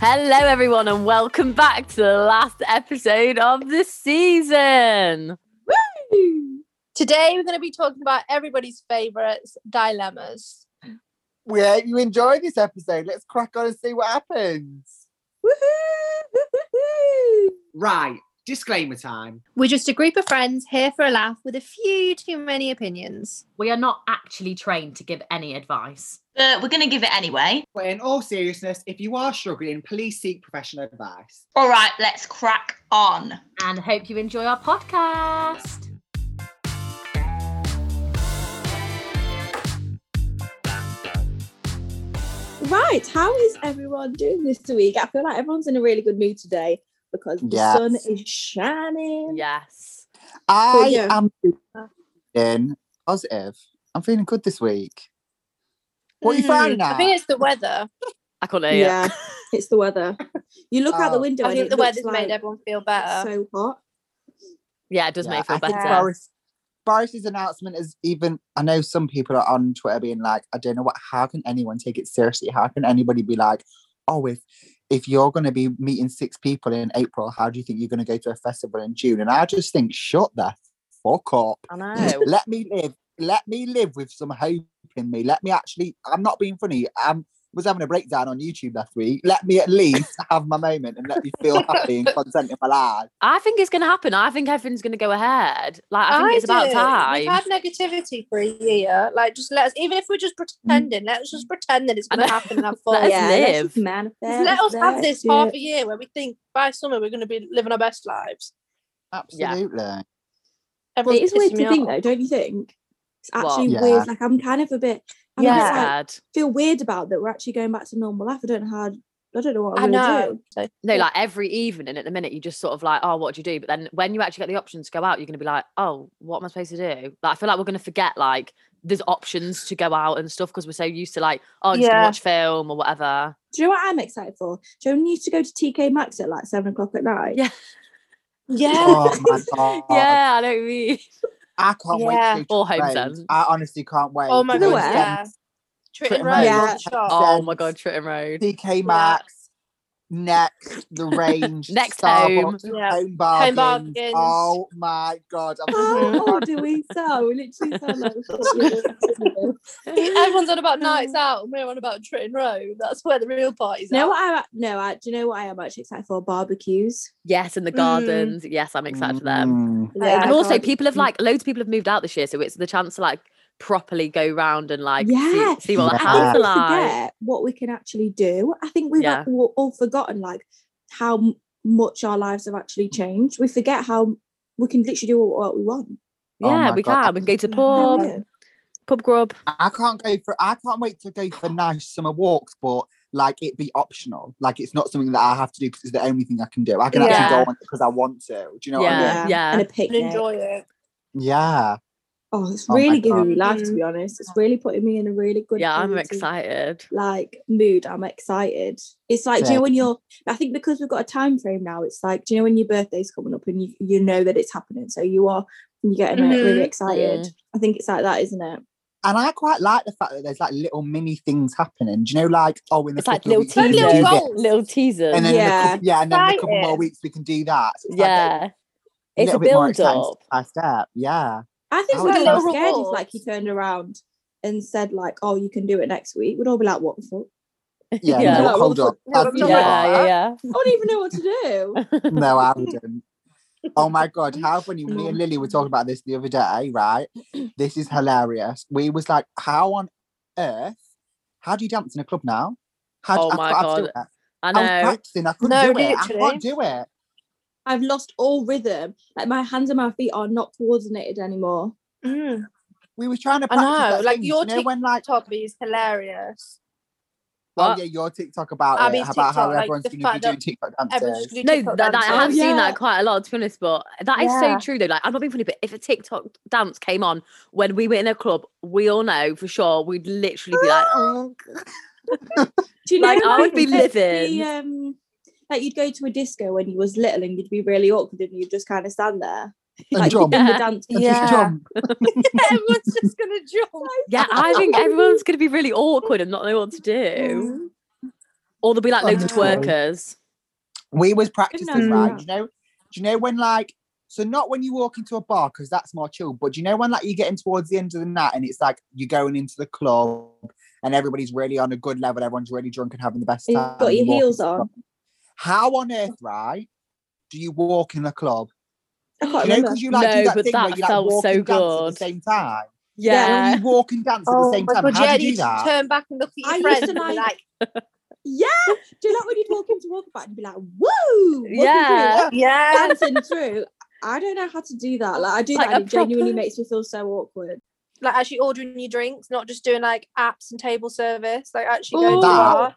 Hello, everyone, and welcome back to the last episode of the season. Today we're going to be talking about everybody's favourites, dilemmas. We hope you enjoy this episode. Let's crack on and see what happens. Right, disclaimer time. We're just a group of friends here for a laugh with a few too many opinions. We are not actually trained to give any advice. but we're going to give it anyway. But in all seriousness, if you are struggling, please seek professional advice. All right, let's crack on. And hope you enjoy our podcast. Right, how is everyone doing this week? I feel like everyone's in a really good mood today because the Yes. sun is shining. Yes. I yeah. am feeling positive. I'm feeling good this week. What are you Mm, finding I out? think it's the weather. I can't know Yeah, yet. it's the weather. You look out the Oh. window. I and think it the looks weather's like made everyone feel better. So hot. Yeah, it does Yeah, make me feel I think better. Boris, Boris's announcement is even. I know some people are on Twitter being like, "I don't know what. How can anyone take it seriously? How can anybody be like, oh, if if you're going to be meeting six people in April, how do you think you're going to go to a festival in June?" And I just think, shut the fuck up. I know. Let me live. Let me live with some hope in me. Let me actually. I'm not being funny. I'm was having a breakdown on YouTube last week. Let me at least have my moment and let me feel happy and content in my life. I think it's going to happen. I think everything's going to go ahead. Like, I think it's about do. time. We've had negativity for a year. Like, just let us, even if we're just pretending, let's just pretend that it's I going to know. happen and have Let fun. us yeah, live. Let's just manifest. Let us have let's this do half it. a year where we think by summer we're going to be living our best lives. Absolutely. It Everyone's is weird pissing me to think, off. though, don't you think? It's What? actually Yeah. weird. Like I'm kind of a bit. I'm Yeah. just, like, Sad. feel weird about that. We're actually going back to normal life. I don't know how. I don't know what I I'm gonna know. do. No, like every evening at the minute, you just sort of like, oh, what do you do? But then when you actually get the options to go out, you're going to be like, oh, what am I supposed to do? Like, I feel like we're going to forget, like, there's options to go out and stuff because we're so used to, like, oh, I'm just going Yeah. to watch film or whatever. Do you know what I'm excited for? Joan used to go to TK Maxx at like seven o'clock at night. Yeah. Yeah. Oh my god. yeah, I know what you mean. I can't Yeah. wait to Or Home road. Sense. I honestly can't wait. Oh my You know god, where? yeah. Tritton Tritton Road, Yeah. the shop. Oh my Sense. God, Tritton Road. DK Maxx, next the range, Next Starbucks, Yeah. home bargains. bargains. Oh my god! I'm How so old Oh, do we sound? We literally sound like we've got years to Everyone's on about nights out, and we're on about Tritton Road. That's where the real party's do. know at. what I no, I do you know what I am actually excited for? Barbecues. Yes, in the Mm. gardens. Yes, I'm excited for them. Mm. Yeah. Like, I and also, can't- people have like loads of people have moved out this year, so it's the chance to like properly go round and like Yeah. see, see what the Yeah. I house think is we like. forget what we can actually do. I think we've Yeah. like, all- all forgotten like how m- much our lives have actually changed. We forget how we can literally do what we want. Oh Yeah, my we God. can. We can go to the How pub, we do. pub grub. I can't go for. I can't wait to go for nice summer walks, but like it be optional. Like it's not something that I have to do because it's the only thing I can do. I can actually Yeah. go on because I want to. Do you know what I mean? Yeah, yeah. And a And picnic. enjoy it. Yeah. Oh, it's Oh my really giving God. me life to be honest. It's really putting me in a really good Yeah, I'm mood to- excited. like mood. I'm excited. It's like, do you know when you're I think because we've got a time frame now, it's like, do you know when your birthday's coming up and you, you know that it's happening. So you are you getting like, really Mhm. excited. I think it's like that, isn't it? And I quite like the fact that there's like little mini things happening. Do you know, like oh, in the It's like couple little of weeks we can teasers, Like do little this, goals. little teasers. and then yeah, Yeah. couple, yeah, and then a couple more Exciting. weeks we can do that. So it's like yeah, a it's a little bit more build exciting up. step by step. Yeah, I think Oh, we'd it's all be like little scared if rewards. like he turned around and said like, Oh, you can do it next week. We'd all be like, What the fuck? yeah. Yeah. no, Like, what hold the on. fuck? No, I'd I'm be not like, like Yeah, yeah, I don't even know what to do. yeah. No, I wouldn't. Oh my god, how funny! Me and Lily were talking about this the other day, right? This is hilarious. We was like, how on earth? How do you dance in a club now? How do, Oh I've my got- I've God. still- I I, was know. practicing. I couldn't No, do it. I literally. can't do it. I've lost all rhythm. Like my hands and my feet are not coordinated anymore. Mm. We were trying to I practice. know, that like, thing, do your you know tic- when like Toby is hilarious. Oh What? yeah, your TikTok about Abby's it, about how TikTok, like, everyone's the going to fact be doing TikTok Everyone's dances. just gonna do No, TikTok that, that- I have dances. seen Yeah. that quite a lot, to be honest, but that is Yeah. so true though. Like, I'm not being funny, but if a TikTok dance came on when we were in a club, we all know for sure we'd literally be like, oh, God. Do you Like, know, I would be like, the, livid. um, like you'd go to a disco when you was little and you'd be really awkward and you'd just kind of stand there. And Like jump. in the Yeah. dance. And competition. just jump. Everyone's just gonna jump. yeah, I think everyone's going to be really awkward and not know what to do. Or there'll be like loads of Wonderful. twerkers. We was practicing, Goodness. right? Do you know? Do you know when like? So not when you walk into a bar because that's more chill, but do you know when like you're getting towards the end of the night and it's like you're going into the club and everybody's really on a good level, everyone's really drunk and having the best You've time. got you your walk heels into the on. club. How on earth, right? Do you walk in the club? I can't you know, remember. because you like No, do that but thing where that you like felt walk so and dance at the good. Oh same time. Yeah. You walk and dance Oh at the same time. How yeah, do you do used to that? turn back and look at your I used friends to and be like- like, Yeah. Do you like when you'd walk into walk about and be like, woo? walking through, Yeah. yeah. Dancing through. I don't know how to do that. Like I do Like that a and it genuinely proper- makes me feel so awkward. Like actually ordering your drinks, not just doing like apps and table service, like actually going to Ooh. the That- bar.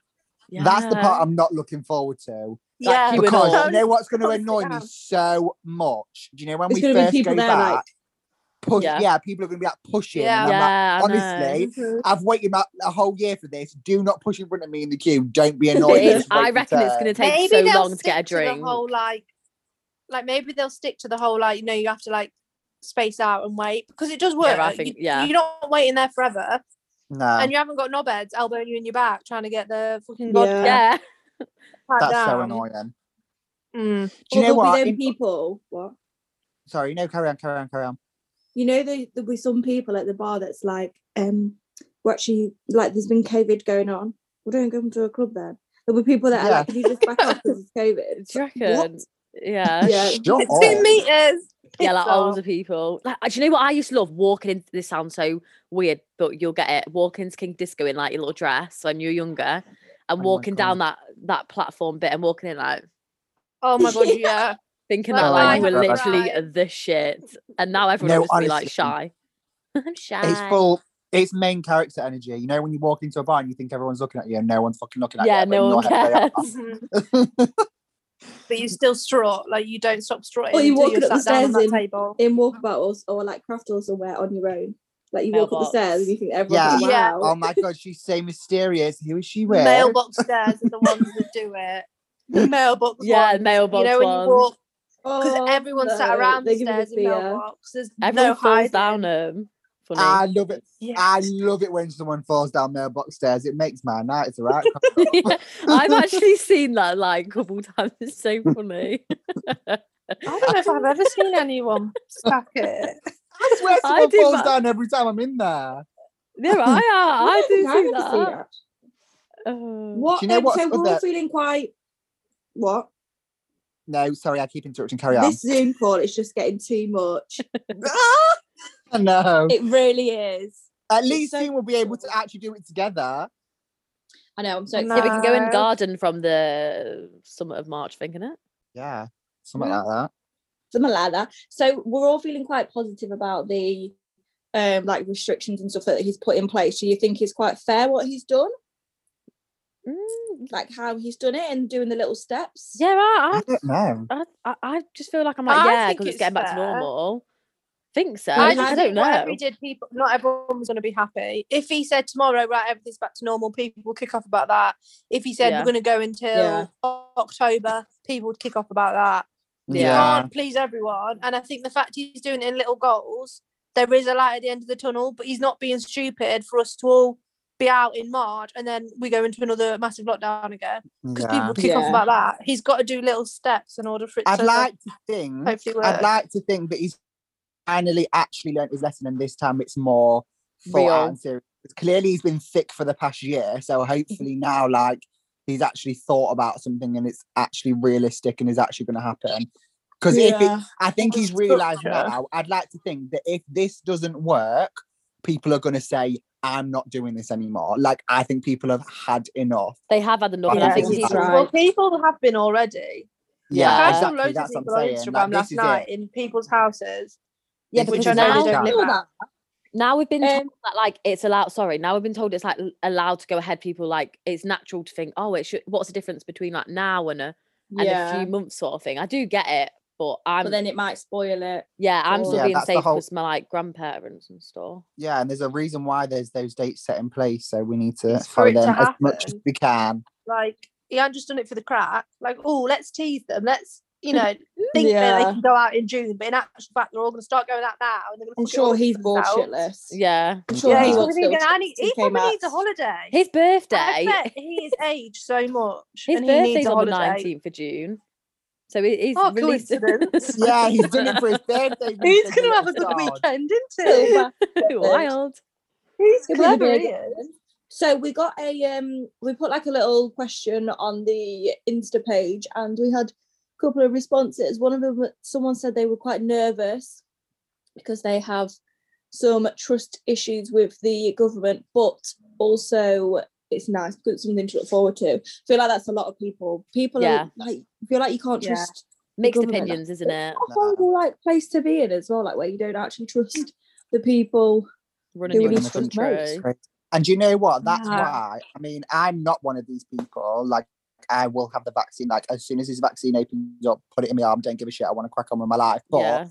That's the Yeah. part I'm not looking forward to. Like Yeah. queuing because up. you know what's going to Totally annoy me down. so much. Do you know when There's we gonna be first people go there, back? like- push, Yeah. yeah. people are going to be like pushing. Yeah. And I'm like, Yeah. I know. honestly, Mhm. I've waited about a whole year for this. Do not push in front of me in the queue. Don't be annoyed. It Boys is. Just wait I your reckon it's turn. going to take maybe so they'll long to get a stick drink. the whole like, like maybe they'll stick to the whole like you know you have to like space out and wait because it does work. I You- think- yeah. you're not waiting there forever, No, and you haven't got knobheads elbowing you in your back trying to get the fucking Yeah. vodka yeah. pad that's so down. annoying. Mm. Do you Or know there'll what? Be them In- people. What? Sorry, no, carry on, carry on, carry on. You know, there, there'll be some people at the bar that's like, um, we're actually like, there's been COVID going on. We don't go to a club then. There'll be people that are Yeah. like, can you just back off because it's COVID? Do you What? reckon? Yeah. Yeah. Shut Two up. meters. Yeah, like Piss off. older people. Like, do you know what I used to love? Walking into this sounds so weird, but you'll get it. Walking into King Disco in like your little dress when you were younger, Oh and my walking down that that platform bit and walking in like Oh my god, Yeah. yeah. thinking Like, that like I you were have literally arrived. the shit, and now everyone No, will just be honestly. like shy. I'm shy. It's full. It's main character energy. You know when you walk into a bar and you think everyone's looking at you and no one's fucking looking at yeah, you. but in no your one head they are. cares. but you still strut, like you don't stop strutting Or you until walk you're up the sat down on that stairs in- table. In walkabout or, or like craft or somewhere on your own. Like you walk up the Mailbox. stairs and you think everyone's Yeah. like, Yeah. wow. Oh my god, she's so mysterious. Who is she with? Mailbox stairs are the ones that do it. The mailbox Yeah, ones. mailbox You know when ones. you walk because Oh, everyone's no, sat around they the give me the stairs in fear. mailbox. There's Everyone no falls hiding. down them. Funny. I love it. Yeah. I love it when someone falls down mailbox stairs. It makes my night. It's all right. Yeah, I've actually seen that like a couple times. It's so funny. I don't know if I've ever seen anyone stack it. I swear I someone do falls that. down every time I'm in there. There I are. I What? do I've see never that. seen that. Oh. What? Do you know um, what's so we're other- all feeling quite. What? No, sorry, I keep interrupting. Carry on. This Zoom call is just getting too much. no. It really is. At least so soon we'll be able to actually do it together. I know. I'm so No. Yeah, we can go in No. garden from the summit of March, thinking it. Yeah. Something like that. something like that. So we're all feeling quite positive about the um like restrictions and stuff that he's put in place. Do you think he's quite fair what he's done? Mm, Like how he's done it and doing the little steps? yeah, I I, don't know. I, I, I just feel like I'm like, I yeah, think because it's it's getting back to fair. normal. Think so. I I, just don't think know. Whatever he did, people not everyone was going to be happy. If he said tomorrow, right, everything's back to normal, people will kick off about that. If he said Yeah. we're going to go until Yeah. O- October, people would kick off about that. You Yeah. Yeah. Can't please everyone, and I think the fact he's doing it in little goals, there is a light at the end of the tunnel. But he's not being stupid for us to all be out in March and then we go into another massive lockdown again because people yeah. would kick off Yeah. about that. He's got to do little steps in order for it I'd to like to think. hopefully work. I'd like to think that he's finally actually learned his lesson, and this time it's more thought Real. out and serious. 'Cause Clearly, he's been sick for the past year, so hopefully now, like, he's actually thought about something and it's actually realistic and is actually going to happen. Because if it, I think he's realised Structure. now, I'd like to think that if this doesn't work, people are going to say, "I'm not doing this anymore." Like, I think people have had enough. They have had enough. and Yeah, I think he's he's right. Well, people have been already. Yeah, Yeah, Like, I saw exactly. loads of That's what people on I'm saying. Instagram Like, this last is it. night in people's houses. Yeah, Which because is I know now they don't now- live at. now we've been told Um, that like it's allowed sorry now we've been told it's like l- allowed to go ahead people like it's natural to think oh it should what's the difference between like now and a and a yeah. few months sort of thing i do get it but i'm But then it might spoil it. yeah i'm still Yeah, being that's the safe whole- because my like grandparents and stuff yeah, and there's a reason why there's those dates set in place. So we need to It's for follow it to them as much as happen. we can. Like, he hadn't just done it for the crack. Like, oh, let's tease them. Let's you know, think that they Yeah. can go out in June, but in actual fact, they're all going to start going out now. And they're gonna I'm fuck it all sure up he's themselves. bullshitless. Yeah. I'm sure Yeah, he he's wants probably little gonna- and he, tits he and came probably needs a out. holiday. His I birthday. bet he is aged so much. His and he birthday's needs a on the holiday. nineteenth of June. So he- he's Oh, released. coincidence. Yeah, he's done it for his birthday. He's going to have a good God. weekend, isn't he? Silver. Wild. He's He'll be the clever, big he is. So we got a um we put like a little question on the Insta page and we had a couple of responses. One of them someone said they were quite nervous because they have some trust issues with the government, but also it's nice because it's something to look forward to. I feel like that's a lot of people. People Yeah. are like feel like you can't Yeah. trust Mixed government. opinions, isn't it? a horrible like place to be in as well, like where you don't actually trust the people. Running Who your needs country. to most? And you know what? That's Yeah. why. I mean, I'm not one of these people. Like, I will have the vaccine. Like, as soon as this vaccine opens up, put it in my arm. Don't give a shit. I want to crack on with my life. But Yeah.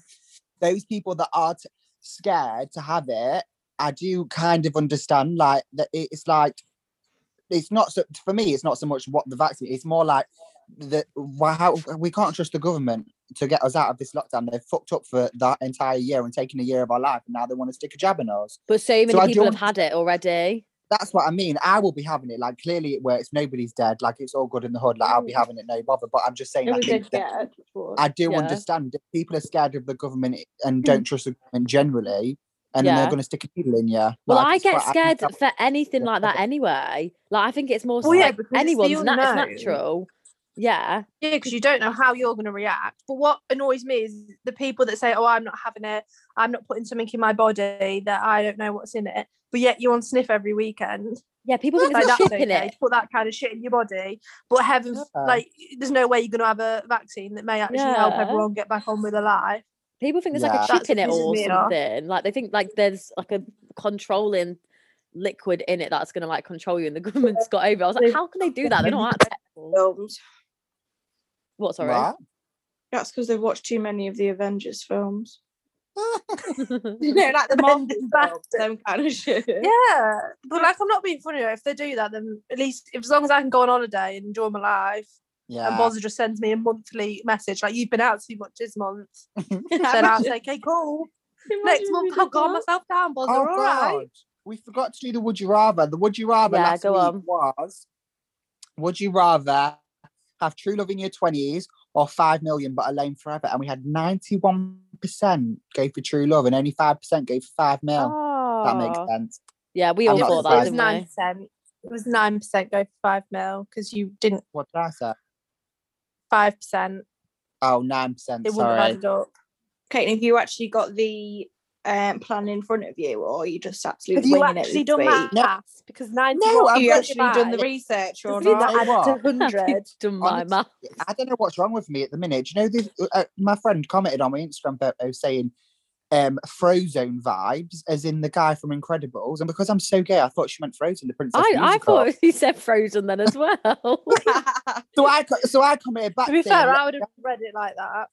those people that are t- scared to have it, I do kind of understand. Like, that it's like, it's not so for me. It's not so much what the vaccine. It's more like the why how, we can't trust the government to get us out of this lockdown. They've fucked up for that entire year and taken a year of our life, and now they want to stick a jab in us. But so many I people have don't- had it already. that's what I mean. I will be having it. Like clearly it works. Nobody's dead. Like it's all good in the hood. Like I'll be Mm. having it, no bother. But I'm just saying. I, Everybody think that get it. I do Yeah. Mm. understand if people are scared of the government and don't trust the government generally, and then Yeah. they're going to stick a needle in you. Well, Like, I it's get quite- scared think for anything yeah, like that but- anyway. Like I think it's more Well, Oh, yeah, like because it's the anyone's na- it's unknown. natural. Yeah. Yeah, because you don't know how you're going to react. But what annoys me is the people that say, "Oh, I'm not having it. I'm not putting something in my body that I don't know what's in it." But yet you on sniff every weekend. Yeah, people think Like there's a that's chip in okay. it. to Put that kind of shit in your body. But heaven, f- Yeah. like there's no way you're going to have a vaccine that may actually help Yeah. everyone get back on with their life. People think there's Yeah. like a That's chip in what it pisses or me off. something. Like they think like there's like a controlling liquid in it that's gonna like control you and the government's got over. it. I was like, They've- how can they do that? They're not that technical. films. What sorry? Right? That's because they've watched too many of the Avengers films. yeah, you know, like the Marvel Avengers films, bastard. them kind of shit. Yeah, but like I'm not being funny. If they do that, then at least if, as long as I can go on holiday and enjoy my life, and Yeah. Boz just sends me a monthly message like you've been out too much this month. then I'll say, okay, cool. Next month I'll calm myself down, Boz. Oh All right. God, we forgot to do the Would You Rather. The Would You Rather Yeah, last go week on. was Would you rather have true love in your twenties or five million but alone forever? And we had ninety-one percent go for true love, and only five percent go for five mil. That makes Oh. sense. Yeah, we I'm all not thought It that, was surprised. didn't nine we? percent. It was nine percent go for five mil because you didn't What did I say? five percent. Oh, nine percent. It wouldn't have Sorry. added up. Kate, have you actually got the um, plan in front of you, or are you just Have absolutely you winging actually it done maths? that? No. Because ninety. No, I've you got actually done the research or Does it not? Tell you what, I've done my Honestly, math. I don't know what's wrong with me at the minute. Do you know, this, uh, my friend commented on my Instagram photo saying um, Frozone vibes, as in the guy from Incredibles. And because I'm so gay, I thought she meant Frozen, the princess I, I musical. thought he said frozen then as well. So I, co- so I commented back. To be saying, fair, "Let- I would have read it like that.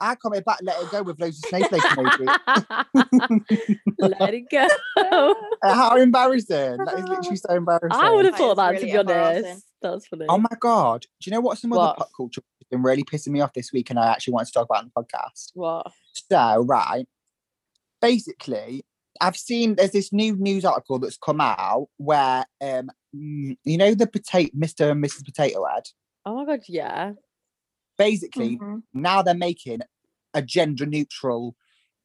I commented back, let it go with loads of snowflake emojis. Let it go. Uh, How embarrassing! That is literally so embarrassing. I would have That thought is that really to be embarrassing. honest. That's funny. Oh my god! Do you know what? Some other What? pop culture has been really pissing me off this week, and I actually want to talk about on the podcast. what? So, right. Basically, I've seen there's this new news article that's come out where um mm, you know the potato Mr. and Mrs. Potato Head. Oh my god, yeah. Basically, Mm-hmm. Mhm. now they're making a gender neutral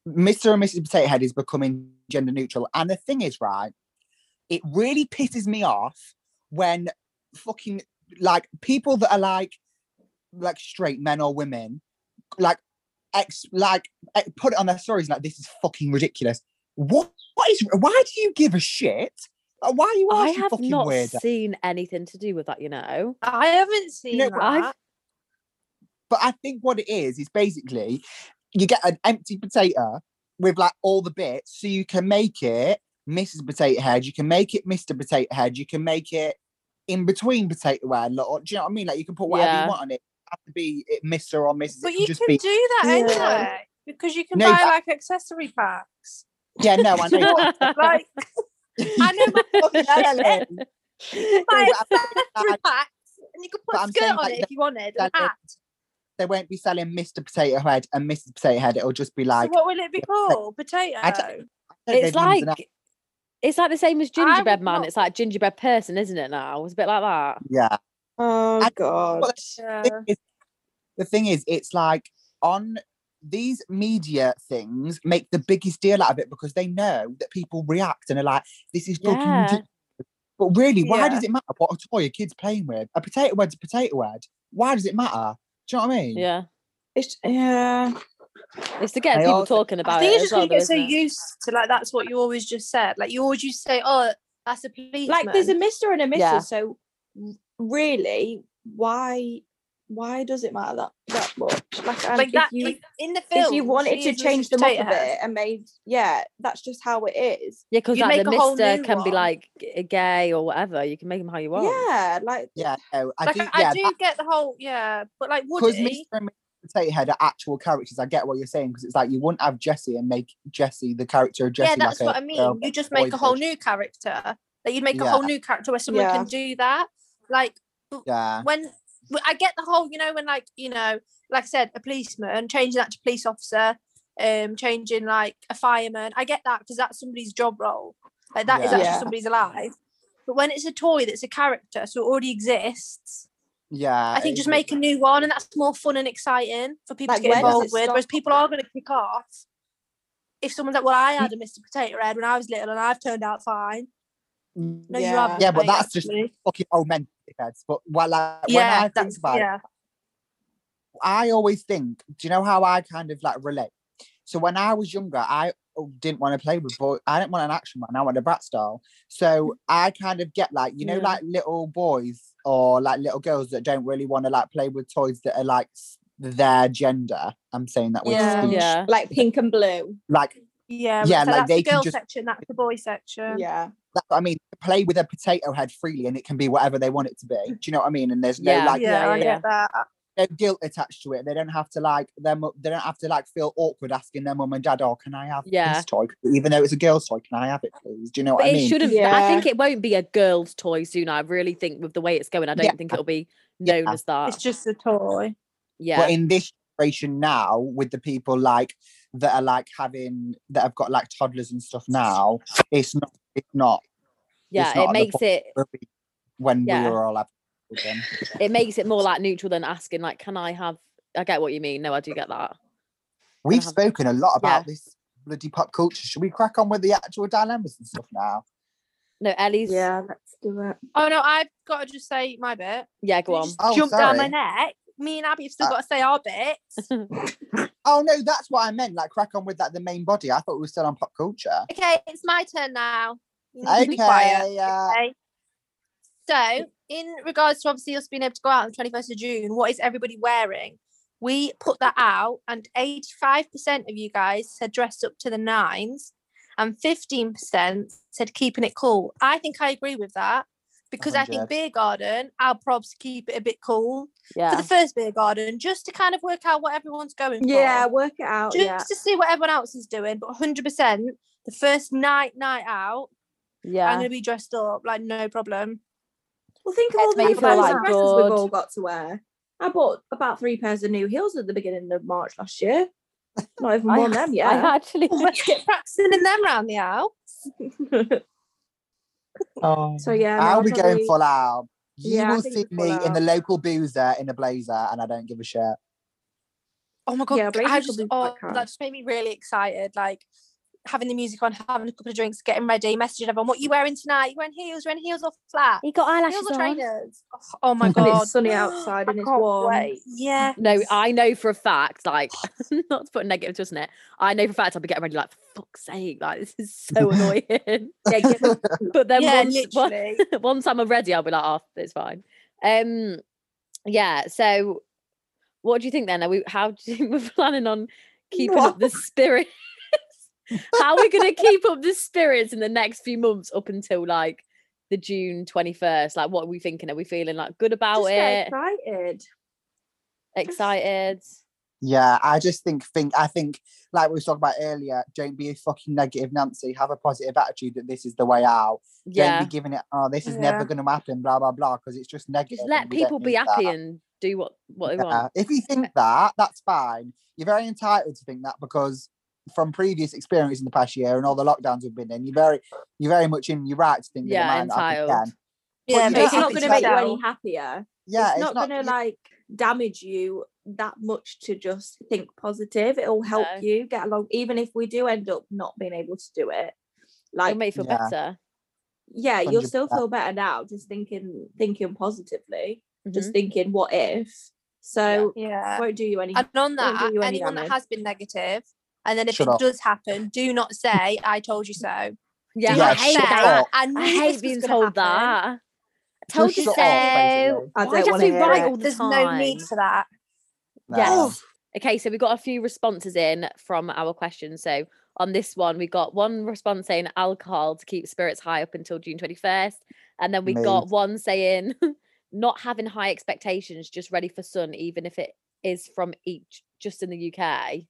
Mr. and Mrs. Potato Head is becoming gender neutral. And the thing is, right, it really pisses me off when fucking like people that are like like straight men or women, like ex like ex- put it on their stories like this is fucking ridiculous. What what is why do you give a shit? Like, Why are you I asking have fucking not weirdo? seen anything to do with that, you know. I haven't seen No, that. but I've- But I think what it is is basically you get an empty potato with like all the bits, so you can make it Mrs. Potato Head, you can make it Mr. Potato Head, you can make it in between potato head. Like, or- do you know what I mean? Like you can put whatever Yeah. you want on it. It has to be it Mr. or Mrs. But it you just can be do that Yeah. anyway because you can No, buy but- like accessory packs. Yeah, no, I know. Like I know my fucking LLM. buy but I think accessory that- packs and you could but put a I'm skirt saying, on like, it that- if you wanted. that An it- hat. They won't be selling Mr. Potato Head and Mrs. Potato Head. It'll just be like so what will it be called? Potato. I don't- It's like it's like the same as I gingerbread would man. not- It's like gingerbread person, isn't it? Now it's a bit like that. yeah. Oh I- god. Well, Yeah. thing is- the thing is, it's like on these media things make the biggest deal out of it because they know that people react and are like, this is fucking Yeah. ridiculous. But really, why Yeah. does it matter what a toy a kid's playing with? A potato head's a potato head. Why does it matter? Do you know what I mean? Yeah, It's yeah. it's to get They people also- talking about I think it. it's as just well, gonna get though, so isn't it? used to like that's what you always just said. Like you always just say, oh, that's a policeman. Like there's a Mr. and a Mrs. Yeah. So r- really, why why does it matter that, that much? Like, and like if that you like, in the film. if you wanted she to is Mrs. change them up a Potato Head. bit and made yeah, that's just how it is. Yeah, because You'd like the make a whole Mister new can be one. like g- gay or whatever. You can make him how you want. Yeah, like Yeah, no, I Like do. I, I yeah, do get the whole yeah, but like because Woody, Mr. and Mrs. Potato Head are actual characters. I get what you're saying because it's like you wouldn't have Jesse and make Jesse the character of Jesse. yeah, that's like a what I mean. girl you gets just make a whole boyhood. new character. Like you'd make a Yeah. whole new character where someone Yeah. can do that. Like Yeah, when w- I get the whole, you know, when like you know, like I said, a policeman changing that to police officer, um, changing like a fireman. I get that because that's somebody's job role. Like that is Yeah. actually Yeah. somebody's life. But when it's a toy that's a character, so it already exists. yeah. I think it just is. make a new one, and that's more fun and exciting for people Like, to get where does it involved with. stop? Whereas people are going to kick off if someone's like, "Well, I had a Mr. Potato Head when I was little, and I've turned out fine." No, you Yeah. haven't. Yeah, but mate, that's just- actually. fucking old men dickheads. But while I, yeah. when I think that's about it, yeah. I always think, do you know how I kind of like relate? So when I was younger, I oh, didn't want to play with boy. I didn't want an action man. I wanted a Bratz doll. So Mm. I kind of get like, you know, Yeah. like little boys or like little girls that don't really want to like play with toys that are like s- their gender. I'm saying that with Yeah. speech. yeah. like pink and blue. Like Yeah, Yeah, so like, that's they the can girl just- section, that's the boy section. Yeah. that's what I mean. Play with a potato head freely, and it can be whatever they want it to be. Do you know what I mean? And there's no Yeah. like yeah, I yeah, get that. no guilt attached to it. They don't have to like their mu- they don't have to like feel awkward asking their mum and dad, "Oh, can I have Yeah. this toy?" Even though it's a girl's toy, can I have it, please? Do you know what But I it mean? shouldn't. I Yeah. think it won't be a girl's toy soon. I really think with the way it's going, I don't Yeah. think it'll be known Yeah. as that. It's just a toy. yeah, But in this generation now, with the people like that are like having that have got like toddlers and stuff now, it's not. It's not yeah. not at it the makes point it when Yeah. we were all having children. it makes it more like neutral than asking like, can I have? I get what you mean. No, I do get that. We've have- spoken a lot Yeah. about this bloody pop culture. Should we crack on with the actual dilemmas and stuff now? No, Ellie's. Yeah, let's do it. Oh no, I've got to just say my bit. go You on. just Oh, jumped down my sorry. neck. Me and Abby have still Uh, got to say our bits. Oh no, that's what I meant. Like crack on with that the main body. I thought we were still on pop culture. Okay, it's my turn now. You need to be Okay. quiet. uh, Okay. So, in regards to obviously us being able to go out on the 21st of June, what is everybody wearing? We put that out, and 85% of you guys said dressed up to the nines, and 15% said keeping it cool. I think I agree with that because I think 100. Beer Garden, our probs keep it a bit cool for Yeah, the first Beer Garden, just to kind of work out what everyone's going for Yeah, work it out. just yeah. to see what everyone else is doing. But 100%, the first night, night out, I'm yeah. going to be dressed up, like, no problem. Well, think of It's all the made you different feel kinds of like dresses good. we've all got to wear. I bought about three pairs of new heels at the beginning of March last year. Not even I worn ac- them I yet. actually. Let's get practicing in them round the house. Oh. so yeah, no, I'll I'll be probably- going full out. You Yeah, I will think see we're me full in the out. local boozer in a blazer, and I don't give a shit. Oh my god, Yeah, c- Blazers I will just be oh, black that colours. just made me really excited. Like having the music on, having a couple of drinks, getting ready, messaging everyone, what you wearing tonight? You wearing heels, you wearing heels or flat? He got Heels eyelashes or on. trainers? Oh, oh my And god. And it's sunny outside I and it's can't warm. wait. Yeah. No, I know for a fact, like, not to put a negative twist on it, I know for a fact I'll be getting ready, like, for fuck's sake, like, this is so annoying. Yeah, get- but then yeah, once, once, literally. once I'm ready, I'll be like, oh, it's fine. Um, yeah. So, what do you think then? Are we? How do you think we're planning on keeping up the spirits? how are we going to keep up the spirits in the next few months up until like the June twenty first? Like, what are we thinking? Are we feeling like good about just get it? excited. Excited? Yeah, I just think think I think like we were talking about earlier. Don't be a fucking negative Nancy. Have a positive attitude that this is the way out. Yeah. Don't be giving it. Oh, this is Yeah. never going to happen. Blah blah blah. Because it's just negative. Just let and we don't people be need that. happy and do what what they Yeah, want. If you think that, that's fine. You're very entitled to think that because from previous experience in the past year and all the lockdowns we've been in, you're very, you're very much in your right to think. that it Yeah, might not happen entitled. again. Yeah, you but don't it's have not to going to say make you that. any happier. Yeah, it's not going to you- like damage you that much to just think positive. It'll help No. you get along, even if we do end up not being able to do it. It'll Like, make you feel Yeah. better. yeah, you'll still 100%. feel better now. Just thinking, thinking Mhm. positively. Mm-hmm. Just thinking, what if? So yeah. won't do you any. And on Won't do that, you any anyone that damage. has been negative, and then if Shut it up. does happen, do not say "I told you so." Yeah, Yeah, I hate shut that. up. I, knew I this hate was being gonna told happen. that. I told Just you so. Oh, shut up, basically. Why I do don't you have to wanna be hear right it. all the There's time? no need for that. No. Yes. Okay, so we got a few responses in from our questions. So on this one, we got one response saying alcohol to keep spirits high up until June 21st. And then we got Mate. one saying not having high expectations, just ready for sun, even if it is from each just in the UK.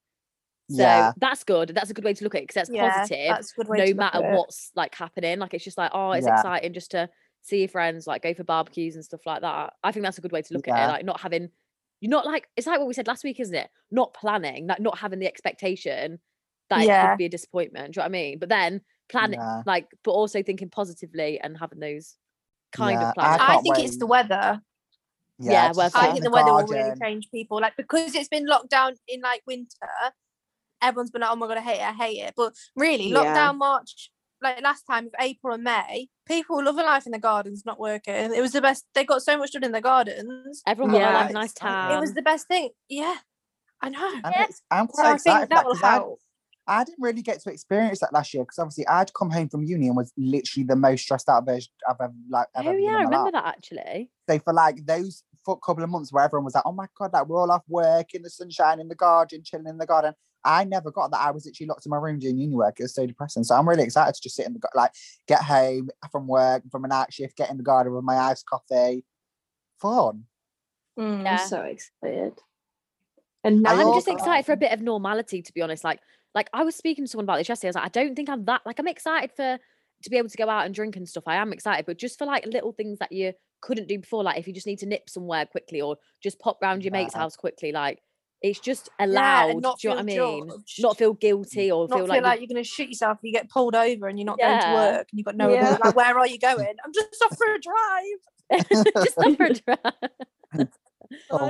So Yeah. that's good. That's a good way to look at it because that's positive that's a good way to no look matter at it. what's like happening. Like it's just like, oh, it's Yeah. exciting just to see your friends, like go for barbecues and stuff like that. I think that's a good way to look at Yeah. it. Like not having you're not like it's like what we said last week, isn't it? Not planning, like not having the expectation that it Yeah. could be a disappointment. Do you know what I mean? But then planning Yeah. like but also thinking positively and having those kind Yeah, of plans. I I can't think it's the wait. weather. Yeah, just well, sit Sat I in think in the weather will really garden. change people. Like because it's been locked down in like winter, everyone's been like, "Oh my god, I hate it, I hate it." But really, Yeah. lockdown March, like last time, April and May, people were loving life in the gardens, not working. It was the best. They got so much done in the gardens. Everyone got like Yeah. a nice it time. was the best thing. Yeah, I know. And it's- I'm So quite I excited think for that that will because I, help. I didn't really get to experience that last year because obviously I'd come home from uni and was literally the most stressed out version I've ever like ever Oh been yeah, in I my life. remember that actually. So for like those for couple of months where everyone was like, "Oh my god, like we're all off work in the sunshine in the garden, chilling in the garden." I never got that. I was literally locked in my room doing uni work. It was so depressing. So I'm really excited to just sit in the gar- like get home from work from a night shift, get in the garden with my iced coffee. Fun. Mm, Yeah. I'm so excited. And I now I'm all just got excited for a that. bit of normality, to be honest. Like, like I was speaking to someone about this yesterday. I was like, I don't think I'm that. Like, I'm excited for to be able to go out and drink and stuff. I am excited, but just for like little things that you couldn't do before, like if you just need to nip somewhere quickly or just pop round your mate's Yeah. house quickly, like it's just Yeah, allowed. and not do you know what I feel mean? judged. Not feel guilty or Not feel feel like, like, you're- you're going to shoot yourself if you get pulled over and you're not going Yeah. to work and you've got no Yeah. ability. Like, where are you going? I'm just off for a drive. just not for a drive. Oh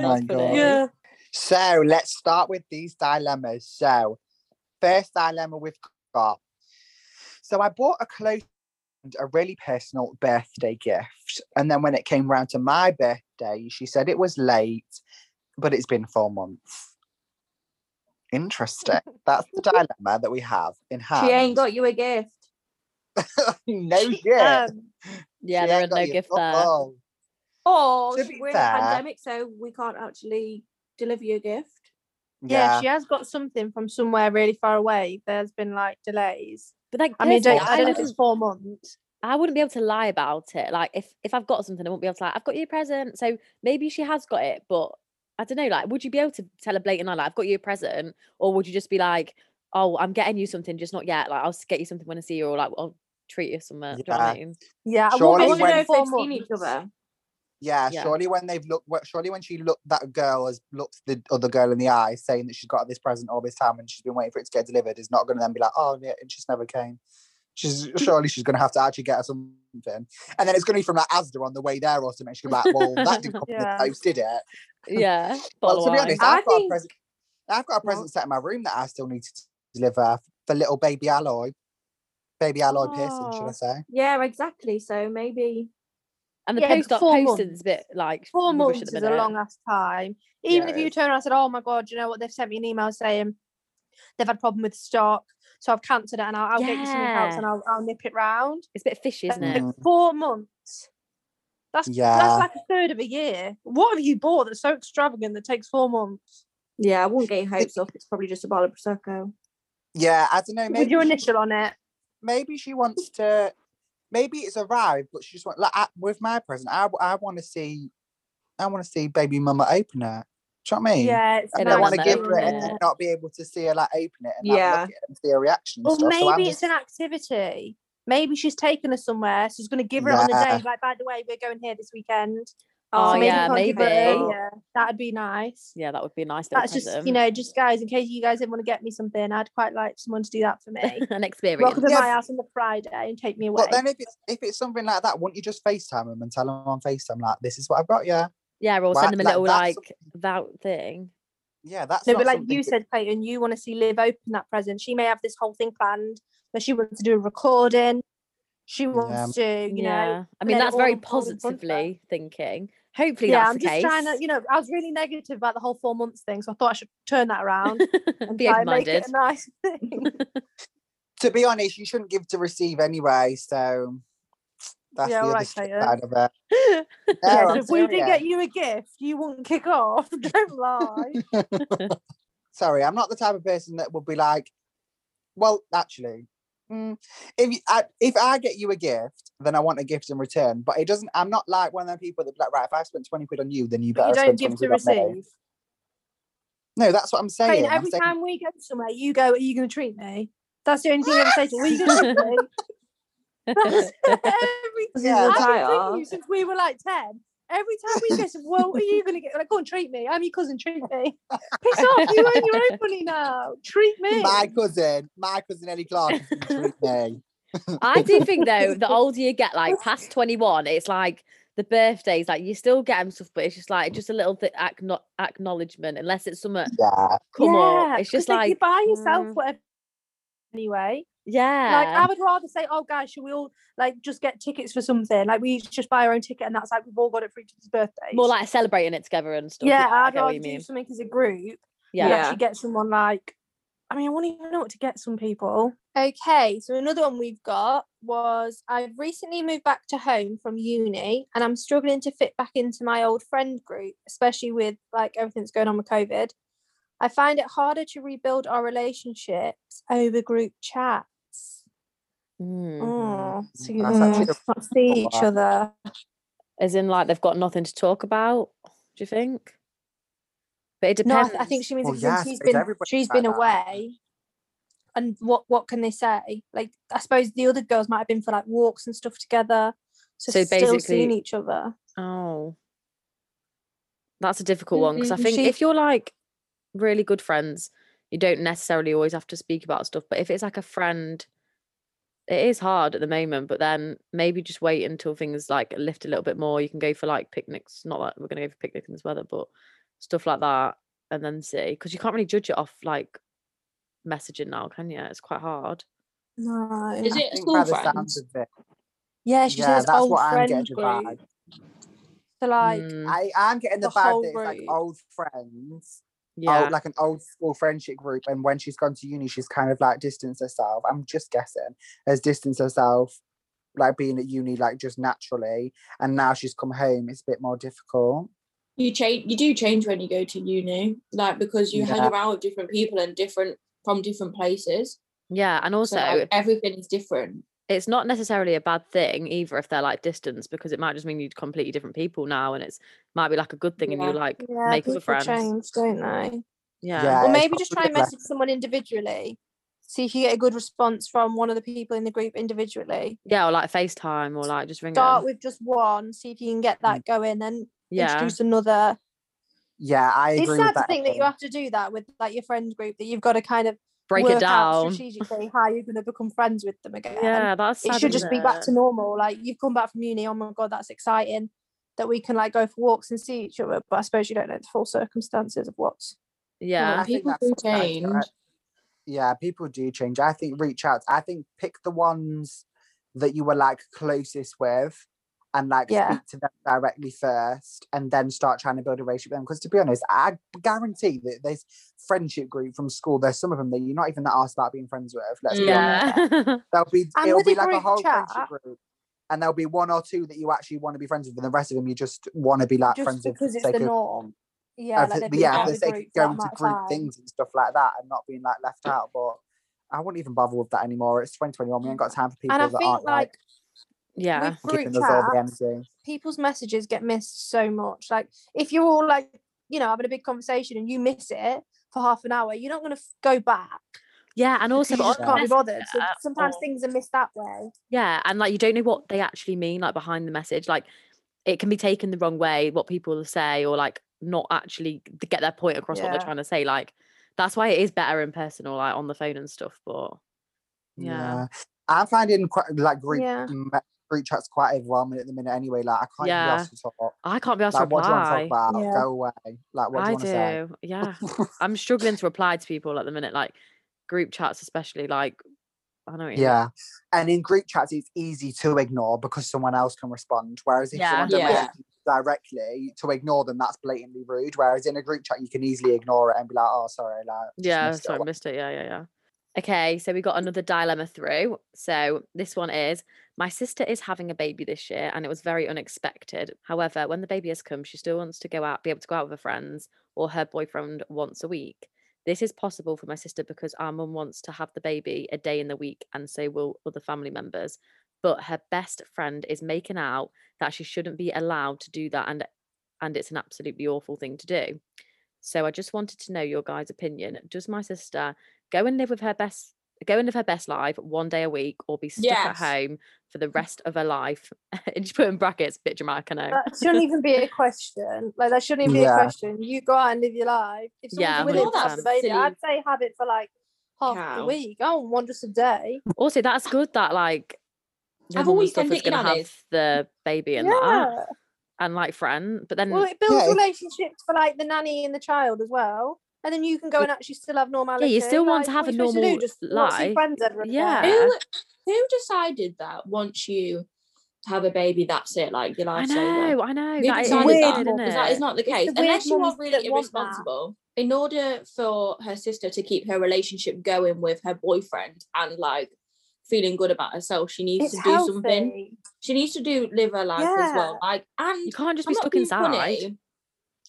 That's my funny. God. So let's start with these dilemmas. So, first dilemma we've got. So I bought a close friend a really personal birthday gift, and then when it came round to my birthday, she said it was late, but it's been four months. Interesting. That's the dilemma that we have in hand. she ain't got you a gift. no shit. Um, Yeah, She there ain't ain't got no you gift fuck there. all. Oh, To sh- be we're fair- in a pandemic, so we can't actually deliver you a gift. yeah. Yeah. she has got something from somewhere really far away. There's been like delays. But like, I mean, personally, don't, I don't know if wouldn't- it's four months. I wouldn't be able to lie about it. Like if if I've got something, I won't be able to like I've got you a present. So maybe she has got it, but I don't know. Like, would you be able to tell a blatant lie? Like, I've got you a present, or would you just be like, "Oh, I'm getting you something, just not yet. Like, I'll s- get you something when I see you, or like, I'll treat you somewhere." Do you know what I mean? Yeah, I Surely wouldn't I Only want to when- know know if four they've months. seen each other. Yeah, Yeah. surely when they've looked, well, surely when she looked, that girl has looked the other girl in the eye, saying that she's got this present all this time and she's been waiting for it to get delivered, is not going to then be like, oh, yeah, and she's never came. She's surely she's going to have to actually get her something, and then it's going to be from like Asda on the way there or something. She'll be like, well, that didn't come in the Yeah. post, did it? Yeah. Well, to follow on. be honest, I I've got a think- present. I've got a Well- present set in my room that I still need to deliver for little baby alloy, baby alloy Pearson, should Oh. I say? Yeah, exactly. So maybe and the yeah, but post op four posting's months- a bit like Four rubbish months at the is a minute. long ass time. Even Yeah, if it you is. turn around and said, "Oh my god, you know what? They've sent me an email saying they've had a problem with stock, so I've cancelled it, and I'll, I'll get you something else, and Yeah. I'll, I'll nip it round." It's a bit fishy, isn't Like, it? Four months. That's Mm. Yeah. that's like a third of a year. What have you bought that's so extravagant that takes four months yeah, I won't get your hopes up. It's probably just a bottle of prosecco. Yeah, I don't know. with your she- initial on it? maybe she wants to maybe it's arrived but she just want like I, with my present i i want to see i want to see baby mama open it do you know what I mean? Yeah, it's I nice don't want to though, give isn't her it and then it? not be able to see her like open it and have a Yeah. look at it and see her reaction. and Or stuff. So I'm maybe just, it's an activity. Maybe she's taken her somewhere. So she's going to give her it on the Yeah. day. Like, by the way, we're going here this weekend. Oh, So maybe yeah, controversial. maybe. Yeah, that'd be nice. Yeah, that would be a nice little That's just, you present. know, just guys, in case you guys didn't want to get me something, I'd quite like someone to do that for me. an experience. Welcome to Yeah. my house on the Friday and take me away. But then if it's if it's something like that, wouldn't you just FaceTime them and tell them on FaceTime like this is what I've got? Yeah. Yeah, or Why- send them a like, little that's like something- vout thing. Yeah, that's no, not but like something you that- said, Clayton, you want to see Liv open that present. She may have this whole thing planned, but she wants to do a recording. She um, wants to, you yeah, know. I mean then that's all very unfold in front of her. positively thinking. Hopefully yeah, that's I'm the just case. trying to, you know, I was really negative about the whole four months thing, so I thought I should turn that around and be try open and make minded. it a nice thing. to be honest, you shouldn't give to receive anyway. So that's Yeah, the other alright, Caitlin. side of it. Yeah, No, 'cause I'm if we didn't serious. get you a gift, you wouldn't kick off. Don't lie. Sorry, I'm not the type of person that would be like, well, actually, mm, if you, I, if I get you a gift, then I want a gift in return. But it doesn't. I'm not like one of them people that be like, right, if I spent twenty quid on you, then you but better you don't spend give 20 to quid on me. receive. No, that's what I'm saying. Clayton, I'm every saying- time we go somewhere, you go, Are you going to treat me? That's the only thing I ever say to you. Are you going to treat me? That's every This Yeah. I've been treating is the title. you since we were like 10. Every time we go, some, well, are you going to get? Like, go on, treat me. I'm your cousin, treat me. Piss off, you earn your own money now. Treat me. my cousin, my cousin Ellie Clark, is gonna treat me. I do think though, the older you get, like past 21, it's like the birthdays, like you still get 'em stuff, but it's just like just a little bit acknow- acknowledgement, unless it's something Yeah, come up. It's 'cause just then like, you buy yourself mm. whatever. Anyway, like yeah. I would rather say, oh guys, should we all like just get tickets for something? Like we each just buy our own ticket, and that's like we've all got it for each other's birthdays. more like celebrating it together and stuff. yeah, I I'd get what rather you do mean. something as a group Yeah. yeah. Yeah. actually get someone like I mean, I wouldn't even know what to get some people. Okay, so another one we've got was I've recently moved back to home from uni and I'm struggling to fit back into my old friend group, especially with like everything that's going on with COVID. I find it harder to rebuild our relationships over group chats. Mm. Oh, so you That's actually mm, a- not see each lot. other. As in, like they've got nothing to talk about. Do you think? But it No, I, depends. th- I think she means Well, it's 'cause Oh, yes, she's it's been everybody's she's like been that. away, and what what can they say? Like I suppose the other girls might have been for like walks and stuff together, so, So still seeing basically- each other. Oh, that's a difficult one because I Mm, think she- if you're like really good friends, you don't necessarily always have to speak about stuff. But if it's like a friend, it is hard at the moment. But then maybe just wait until things like lift a little bit more. You can go for like picnics. Not that we're gonna go for picnics in this weather, but stuff like that, and then see because you can't really judge it off like messaging now, can you? It's quite hard. No, Is I it think school by the sounds friends? of it, yeah, she yeah, says that's old what I'm friend getting the vibe. group. So like, Mm. I, I'm getting the, The vibe whole that it's like group. old friends, Yeah. old, like an old school friendship group. And when she's gone to uni, she's kind of like distanced herself. I'm just guessing, has distanced herself, like being at uni, like just naturally. And now she's come home, it's a bit more difficult. you change you do change when you go to uni like because you hang Yeah. around with different people and different from different places yeah. And also, so like, everything is different it's not necessarily a bad thing either if they're like distance because it might just mean you're completely different people now and it's might be like a good thing and you Yeah. like yeah, make people other friends. change, don't they? Yeah. Or it's maybe just try probably and like- message someone individually, see if you get a good response from one of the people in the group individually. Yeah, or like FaceTime or like just ring Start 'em. with just one, see if you can get that going, then Mm. Yeah. introduce another. Yeah, I agree It's with sad that. to think that you Erin. have to do that with like your friend group that you've got to kind of Break work it out down. strategically how you're going to become friends with them again. Yeah, that's sad, it should isn't just be back to it? normal. Like you've come back from uni. Oh my god, that's exciting that we can like go for walks and see each other. But I suppose you don't know the full circumstances of what's. Yeah. I think people that's do what I feel like. change yeah, people do change. I think reach out. I think pick the ones that you were like closest with and like Yeah. speak to them directly first and then start trying to build a relationship with them. Because to be honest, I guarantee that there's friendship group from school, there's some of them that you're not even that asked about being friends with. Let's be honest. Yeah. There'll be And it'll with a be like a group whole chat- friendship group. And there'll be one or two that you actually want to be friends with, and the rest of them you just want to be like friends Just with. for because the it's sake the of- norm. Yeah, of like the- they've but been yeah, out for of the the sake group for of that going to amount of group time. things and stuff like that and not being like left out. But I wouldn't even bother with that anymore. It's 2021. We ain't got time for people And I that aren't think like like Yeah. with group giving us all the chats, energy. people's messages get missed so much. Like if you're all like, you know, having a big conversation and you miss it for half an hour, you're not going to f- go back. Yeah. And also, because but uh, oh. you just on can't be bothered. So Messenger sometimes or- things are missed that way. Yeah, and like you don't know what they actually mean, like behind the message. Like it can be taken the wrong way, what people say, or like not actually th- get their point across what Yeah. they're trying to say. Like that's why it is better in person or like on the phone and stuff. But Yeah. I'm finding quite like group Yeah. me- group chats quite overwhelming at the minute. Anyway, like I can't even be Yeah. asked to talk. I can't be asked Like, to what do you want reply. to talk about? Yeah. Go away. Like, what do you want to say? I do. Yeah. I'm struggling to reply to people at the minute, like group chats, especially. Like, I know. What you mean. Yeah. And in group chats, it's easy to ignore because someone else can respond. Whereas if Yeah. someone Yeah. directs you directly to ignore them, that's blatantly rude. Whereas in a group chat, you can easily ignore it and be like, oh, sorry. Like, just Yeah, missed it or sorry, I what- missed it. Yeah, yeah, yeah. Okay, so we got another dilemma through. So this one is my sister is having a baby this year and it was very unexpected. However, when the baby has come, she still wants to go out, be able to go out with her friends or her boyfriend once a week. This is possible for my sister because our mum wants to have the baby a day in the week and so will other family members. But her best friend is making out that she shouldn't be allowed to do that and and it's an absolutely awful thing to do. So I just wanted to know your guys' opinion. Does my sister go and live with her best go and live her best life one day a week or be stuck at Yes. home for the rest of her life? and she put in brackets, bit dramatic, I know. That shouldn't even be a question. Like that shouldn't even be Yeah. a question. You go out and live your life. If someone's Yeah, willing to have 100%. the baby, Silly. I'd say have it for like half the Cow. week. I don't want just a day. Also, that's good that like the I've mum and always stuff wondered, is gonna you know, have the baby and that yeah. and like friend. But then Well, it builds Yeah, if- relationships for like the nanny and the child as well. And then you can go and actually still have normality. still want to Like, have what a are you supposed to do? normal Just not see life. friends ever again? Yeah. Who who decided that once you have a baby, that's it? Like your I life's over. know, I know. Who That is decided weird, that? isn't it? Because that is not the It's the case. weird Unless you are mums really that want that. irresponsible. In order for her sister to keep her relationship going with her boyfriend and like feeling good about herself, she needs It's to do healthy. something. She needs to do live her life as well. Like and you can't just I'm be not stuck being inside. funny.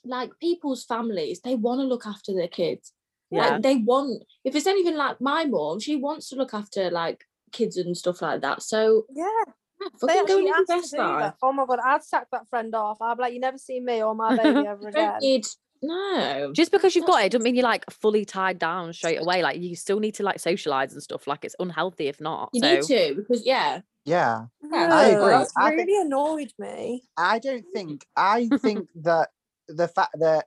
Like people's families, they want to look after their kids. Yeah. Like they want, if it's anything like my mom, she wants to look after like kids and stuff like that. So Yeah. yeah, They fucking go actually and live your asked to best do that. life. Oh my god, I'd sack that friend off. I'd be like, you never see me or my baby ever You again. don't need no. just because you've got That's- it doesn't mean you're like fully tied down straight away like you still need to like socialize and stuff like it's unhealthy if not You so need to because yeah, Yeah. Yeah. I Ugh, agree. That's I think- really annoyed me. I don't Mm-hmm. think I think that the fact that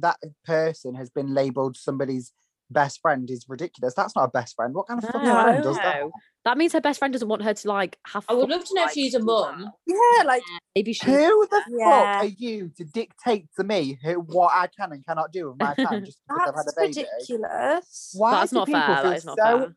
that person has been labelled somebody's best friend is ridiculous. That's not a best friend. What kind of fucking No, friend does that? no. that means her best friend doesn't want her to like have I would fun, love to know if like, she's a do mum. that. Yeah, like maybe she Who the Yeah. fuck are you to dictate to me who what I can and cannot do with my time just because I've had that's a baby? ridiculous. Why that's do not people fair feel that is not so fair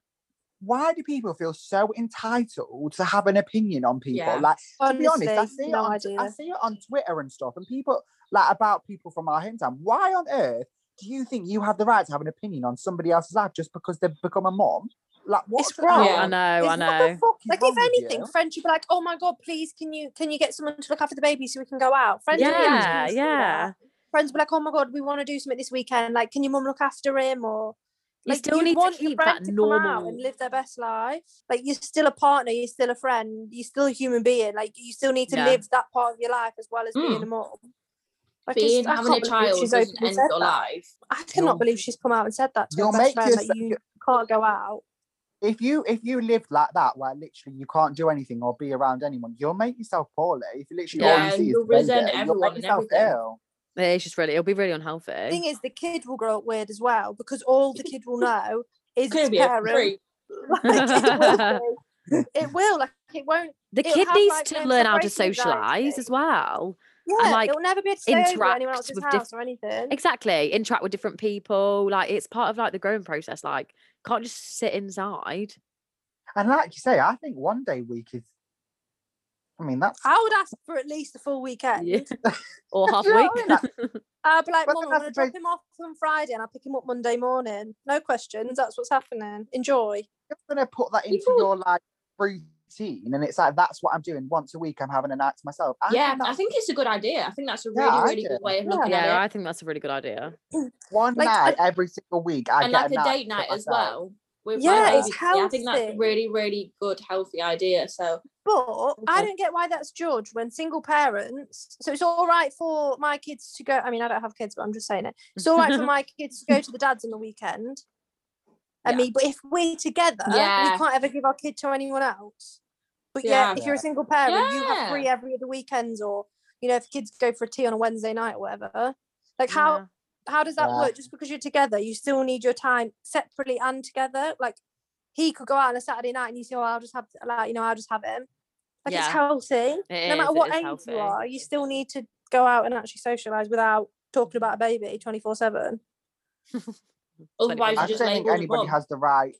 why do people feel so entitled to have an opinion on people? Yeah. Like, to be honest, I Honestly, see, no it on, I idea. see it on Twitter and stuff, and people like about people from our hometown. Why on earth do you think you have the right to have an opinion on somebody else's life just because they've become a mom? Like, what's It's wrong? wrong. i know i It's not know What the Like fuck is wrong if with anything, you? friends would be like, "Oh my god, please, can you can you get someone to look after the baby so we can go out?" Friends, would be able to yeah do yeah that. Friends would be like, "Oh my god, we want to do something this weekend. Like, can your mum look after him?" Or you like, still you'd need to want your keep friend that to come out normal and live their best life. Like, you're still a partner, you're still a friend, you're still a human being. Like, you still need to Yeah. live that part of your life as well as being Mm. a mum. Like, it's- Being I having a can't believe child she's doesn't openly end said your that. life. I cannot You'll- believe she's come out and said that to her you'll best make friend that yourse- you can't go out. If you if you live like that, where literally you can't do anything or be around anyone, you'll make yourself poorly. If you literally all Yeah, you see is you'll the baby, resent you'll everyone make and yourself everything. ill. it's just really it'll be really The unhealthy thing is, the kid will grow up weird as well because all the kid will know is Could its be a parent. freak. Like, it, will be. it will. Like it won't. the It'll kid have, needs like, to um, learn how to separation socialize anxiety. as well Yeah, like, it'll never be able to stay over at anyone interact else's with diff- house or anything. exactly interact with different people like it's part of like the growing process like can't just sit inside And like you say, I think one day a week is. I mean, that's I would ask for at least a full weekend. Yeah. or half Do you a know what I mean? Like, week I'd be like, But Mum, I'm that's gonna the drop him off on Friday and I'll pick him up Monday morning. No questions. That's what's happening. Enjoy. just gonna put that into People- your like routine, and it's like that's what I'm doing once a week. I'm having a night to myself. I yeah, think I that's think it's a good idea. I think that's a Yeah, really, I really do. good way of looking yeah at it. i think that's a really good idea one like, night I- every single week. I and get like a, a night date to night myself. as well with Yeah, my it's baby. today. I think that's a healthy. really, really good, healthy idea. So But I Okay. don't get why that's judged when single parents. So it's all right for my kids to go. I mean, I don't have kids, but I'm just saying it. It's all right for my kids to go to the dads on the weekend. And Yeah. me, but if we're together, Yeah. we can't ever give our kid to anyone else. But yeah, Yeah. if you're a single parent, you have Yeah. three every other weekends or you know, if kids go for a tea on a Wednesday night or whatever. Like how how does that Yeah. work? Just because you're together, you still need your time separately and together. Like he could go out on a Saturday night and you say, "Oh, I'll just have like you know, I'll just have him." Like Yeah. it's healthy. It no is, matter it what is age healthy. you are, you still need to go out and actually socialize without talking about a baby twenty four seven. Otherwise, I don't you just think label them anybody mum. has the right.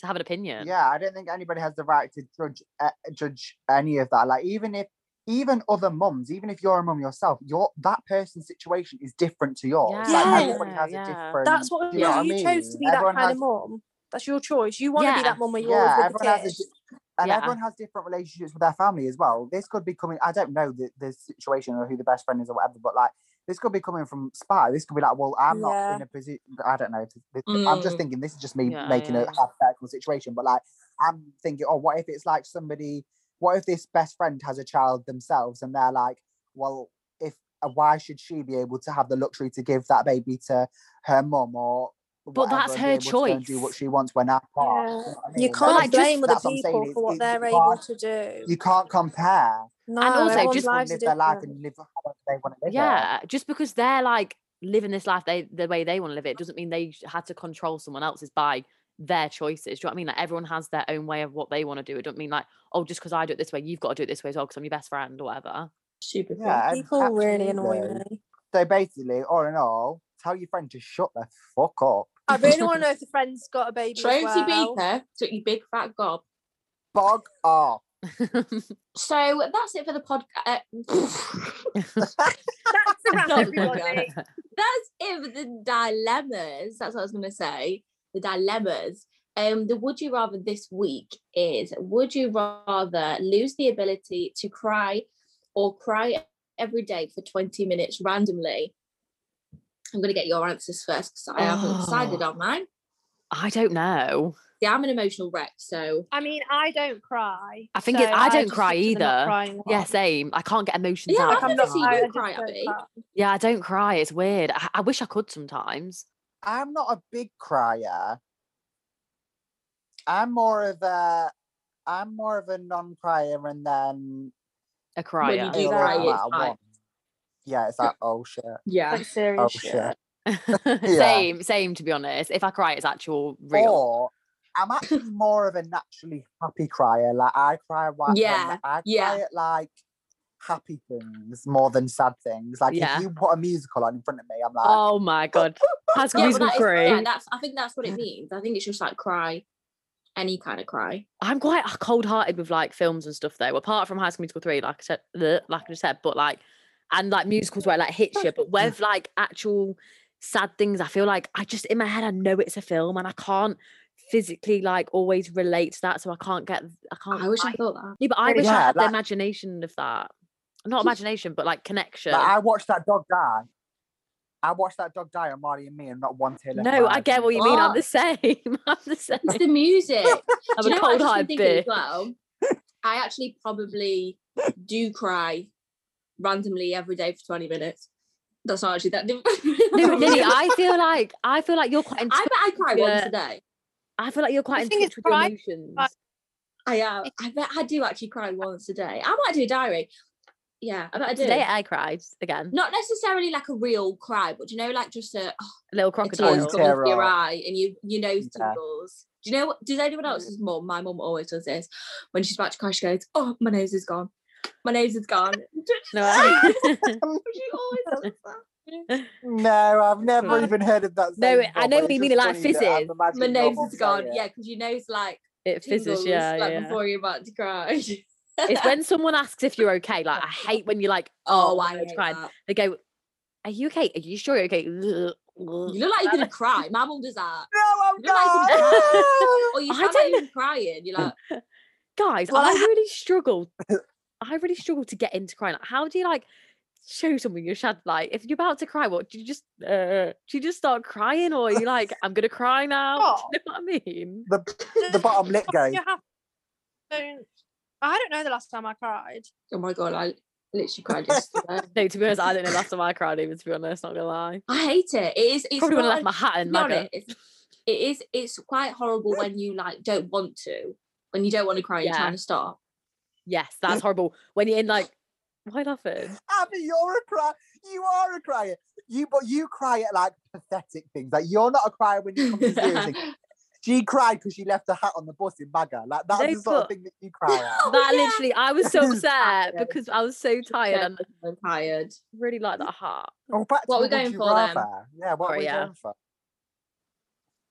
to have an opinion. Yeah, I don't think anybody has the right to judge uh, judge any of that. Like even if even other mums, even if you're a mum yourself, your that person's situation is different to yours. Yeah. Like Yeah. everybody has Yeah. a different. That's what do it you know is. what I You chose to mean? be Everyone that kind has- of mom. That's your choice. You want to Yeah. be that mom where you're yeah, always with everyone the has a, kids. di- and Yeah. everyone has different relationships with their family as well. This could be coming. I don't know the, the situation or who the best friend is or whatever, but like this could be coming from spy. This could be like, well, I'm not in Yeah. a position. I don't know. th- th- th- I'm just Mm. thinking this is just me Yeah, making yeah, a yeah. hypothetical situation, but like I'm thinking, oh, what if it's like somebody? What if this best friend has a child themselves and they're like, well, if uh, why should she be able to have the luxury to give that baby to her mum or But that's whatever and her be able to go and do what choice. she wants when I can't. Yeah. You know what I You mean? can't like, just- blame other that's what I'm saying, people it's- for what it's- they're you able can't- to do. you can't compare. No, also everyone's just- People lives are live their life different. and live however they want to live Yeah, just because they're like living this life they the way they want to live it doesn't mean they sh- had to control someone else's by their choices. Do you know what I mean? Like everyone has their own way of what they want to do. It doesn't mean like oh just because I do it this way, you've got to do it this way as well because I'm your best friend or whatever. Stupid. it. Yeah, ab- People really annoy absolutely. me. So basically, all in all, tell your friend to shut the fuck up. I really want to know if the friend's got a baby. as Tracy well. Beaker took your big fat gob. Bog off. So that's it for the podcast. uh, That's a wrap, Not everybody. that's it for the dilemmas. That's what I was going to say. The dilemmas. Um, the would you rather this week is would you rather lose the ability to cry or cry every day for 20 minutes randomly? I'm going to get your answers first because I haven't decided Oh. on mine. I don't know. Yeah, I'm an emotional wreck. So I mean, I don't cry. I think it- so I don't just cry stick to the not either. crying one. Yeah, same. I can't get emotions Yeah, out. I've Like all I'm the not. never seen time. I, you I cry, just don't Abby. cry. Yeah, I don't cry. It's weird. I, I wish I could sometimes. I'm not a big crier. I'm more of a. I'm more of a non-crier, and then A when you crier. do it'll cry, all it's out like one. Yeah, it's like oh shit, yeah. Like serious oh shit. shit. Yeah. same, same to be honest. If I cry, it's actual real. Or I'm actually more of a naturally happy crier. Like I cry whi- Yeah, when I yeah. cry at like happy things more than sad things. Like Yeah. if you put a musical on in front of me, I'm like, Oh my god. Has Yeah, but musical that is crew. yeah. That's I think that's what it means. I think it's just like cry, any kind of cry. I'm quite cold hearted with like films and stuff though. Apart from High School Musical three, like I said, bleh, like I just said, but like and like musicals where it, like hits you, but with like actual sad things, I feel like I just in my head I know it's a film and I can't physically like always relate to that, so I can't get I can't. I wish I quite- thought that. yeah, but I Really? wish I Yeah, had the like- imagination of that. Not imagination, but like connection. like I watched that dog die. I watched that dog die on Marty and me, and not one tear left. no, my I eye get from what it. you mean. I'm What? the same. I'm the same. It's the music. I'm Do you a know what cold I've just been hearted thinking as bitch. well? I actually probably do cry randomly every day for 20 minutes. That's not actually that different. No, Lily, I feel like I feel like you're quite. in I touch bet I cry with once your- a day. I feel like you're quite The in thing is, touch with your cry- emotions. I am. I bet I do actually cry once a day. I might do a diary. Yeah, I bet I do. Today uh, I cried again. Not necessarily like a real cry, but do you know, like just a Little a tear's crocodile. tear coming to your up. eye and you your nose Yeah. tingles. Do you know what does anyone else's mum? My mum always does this. When she's about to cry, she goes, Oh, my nose is gone. My nose is gone. No, I- she always does that. No, I've never Mm. even heard of that. No, saying I know before, but what it's you mean, just it, like, funny that I've fizzes. imagined My your nose mum is gone. saying it. Yeah, because your nose like it tingles fizzes. Yeah, like yeah. before you're about to cry. It's when someone asks if you're okay. Like I hate when you're like, oh, oh, I my hate node's crying. that. They go, are you okay? Are you sure you're okay? You look like you're gonna cry. My mum does that. No, I'm You're like- not. Or you I sound don't like you're crying. You're like, Guys, Well, I I ha- really struggle. I really struggle to get into crying. Like, how do you like show someone you're sad? Like, if you're about to cry, what do you just uh, do? You just start crying, or are you like, I'm gonna cry now? Do you know what I mean? the bottom lip goes. You have don't- I don't know the last time I cried. oh my god, I literally cried yesterday. No, to be honest, I don't know. Last time I cried, even to be honest, not gonna lie. I hate it. It is it's Probably when I not left a- my hat to in be Maga. honest, it is it's quite horrible when you like don't want to, when you don't want to cry, you're Yeah. trying to stop. Yes, that's horrible. When you're in like Why laughing? Abby, you're a cry. You are a crier. You but you cry at like pathetic things. Like you're not a crier when you come to serious things. She cried because she left her hat on the bus in Maga. Like that's No, the sort but- of thing that you cry at. that literally, I was so upset Tired. because I was so tired and I'm tired. really like that heart. Oh, back to What the we going would you for then? rather. Yeah, what Sorry, are we yeah. going for?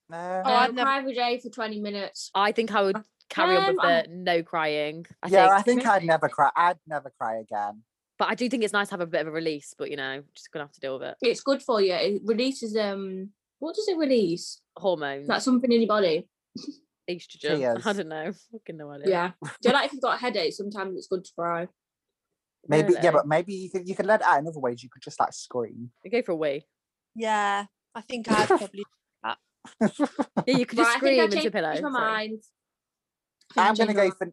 No. Oh, I've um, never- private J for 20 minutes. I think I would carry on with Um, I- the no crying. I yeah, think. I think I'd never cry. I'd never cry again. But I do think it's nice to have a bit of a release, but you know, just gonna have to deal with it. It's good for you. It releases um what does it release? Hormones, Like something in your body. estrogen. I Tears. don't know. Fucking no idea. Yeah. Do you know, like if you've got a headache, sometimes it's good to cry. Maybe yeah, Really? but maybe you could you could let it out in other ways. You could just like scream. You go for a wee. Yeah, I think I'd probably. Yeah, you could just Right, scream I think I into a changed pillow. my Sorry. mind. I think I I'm gonna changed my go for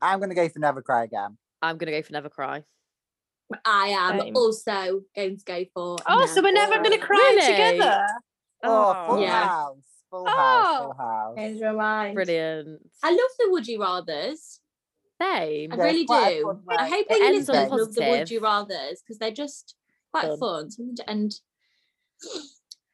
I'm gonna go for never cry again. I'm gonna go for never cry. mind. I am Same. also going to go for Oh, so we're never gonna cry Really? together. Oh, full Yeah. house. Full house, full Oh. house. change my mind. brilliant. I love the would you rathers. Same. I Yeah, really it's quite a do. fun way. I hope It any ends on a listeners love the would positive. you rathers because they're just quite Fun. fun. Something to end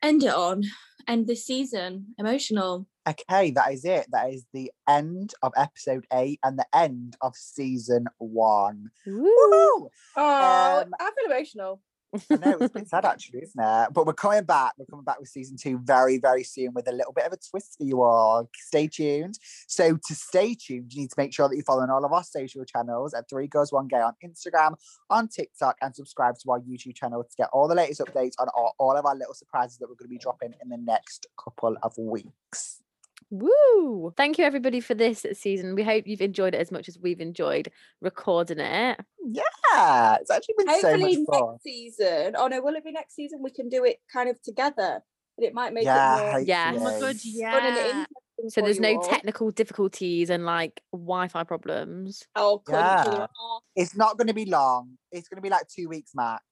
end it on. End this season. Emotional. Okay, that is it. That is the end of episode eight and the end of season one. Woo. Woohoo! Oh, Um, I feel emotional. I know it's been sad actually, isn't it? But we're coming back. We're coming back with season two very, very soon with a little bit of a twist for you all. Stay tuned. So to stay tuned, you need to make sure that you're following all of our social channels at Three Girls One Gay on Instagram, on TikTok, and subscribe to our YouTube channel to get all the latest updates on all, all of our little surprises that we're going to be dropping in the next couple of weeks. Woo! Thank you everybody for this season. We hope you've enjoyed it as much as we've enjoyed recording it. Yeah, it's actually been Hopefully so much fun. next season. Oh no, will it be next season? We can do it kind of together. And it might make yeah, it more Yes. Oh my hopefully. god, fun and yeah. interesting. So for there's you no all. technical difficulties and like Wi-Fi problems. Oh, cut each Yeah. other off. It's not going to be long. It's going to be like two weeks max.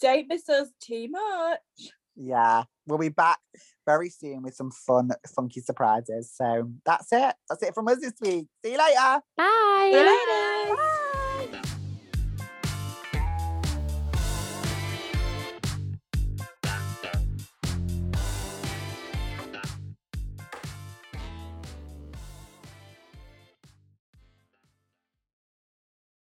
Don't miss us too much. Yeah, we'll be back very soon with some fun, funky surprises. So that's it. That's it from us this week. See you later. Bye. See you later. Bye.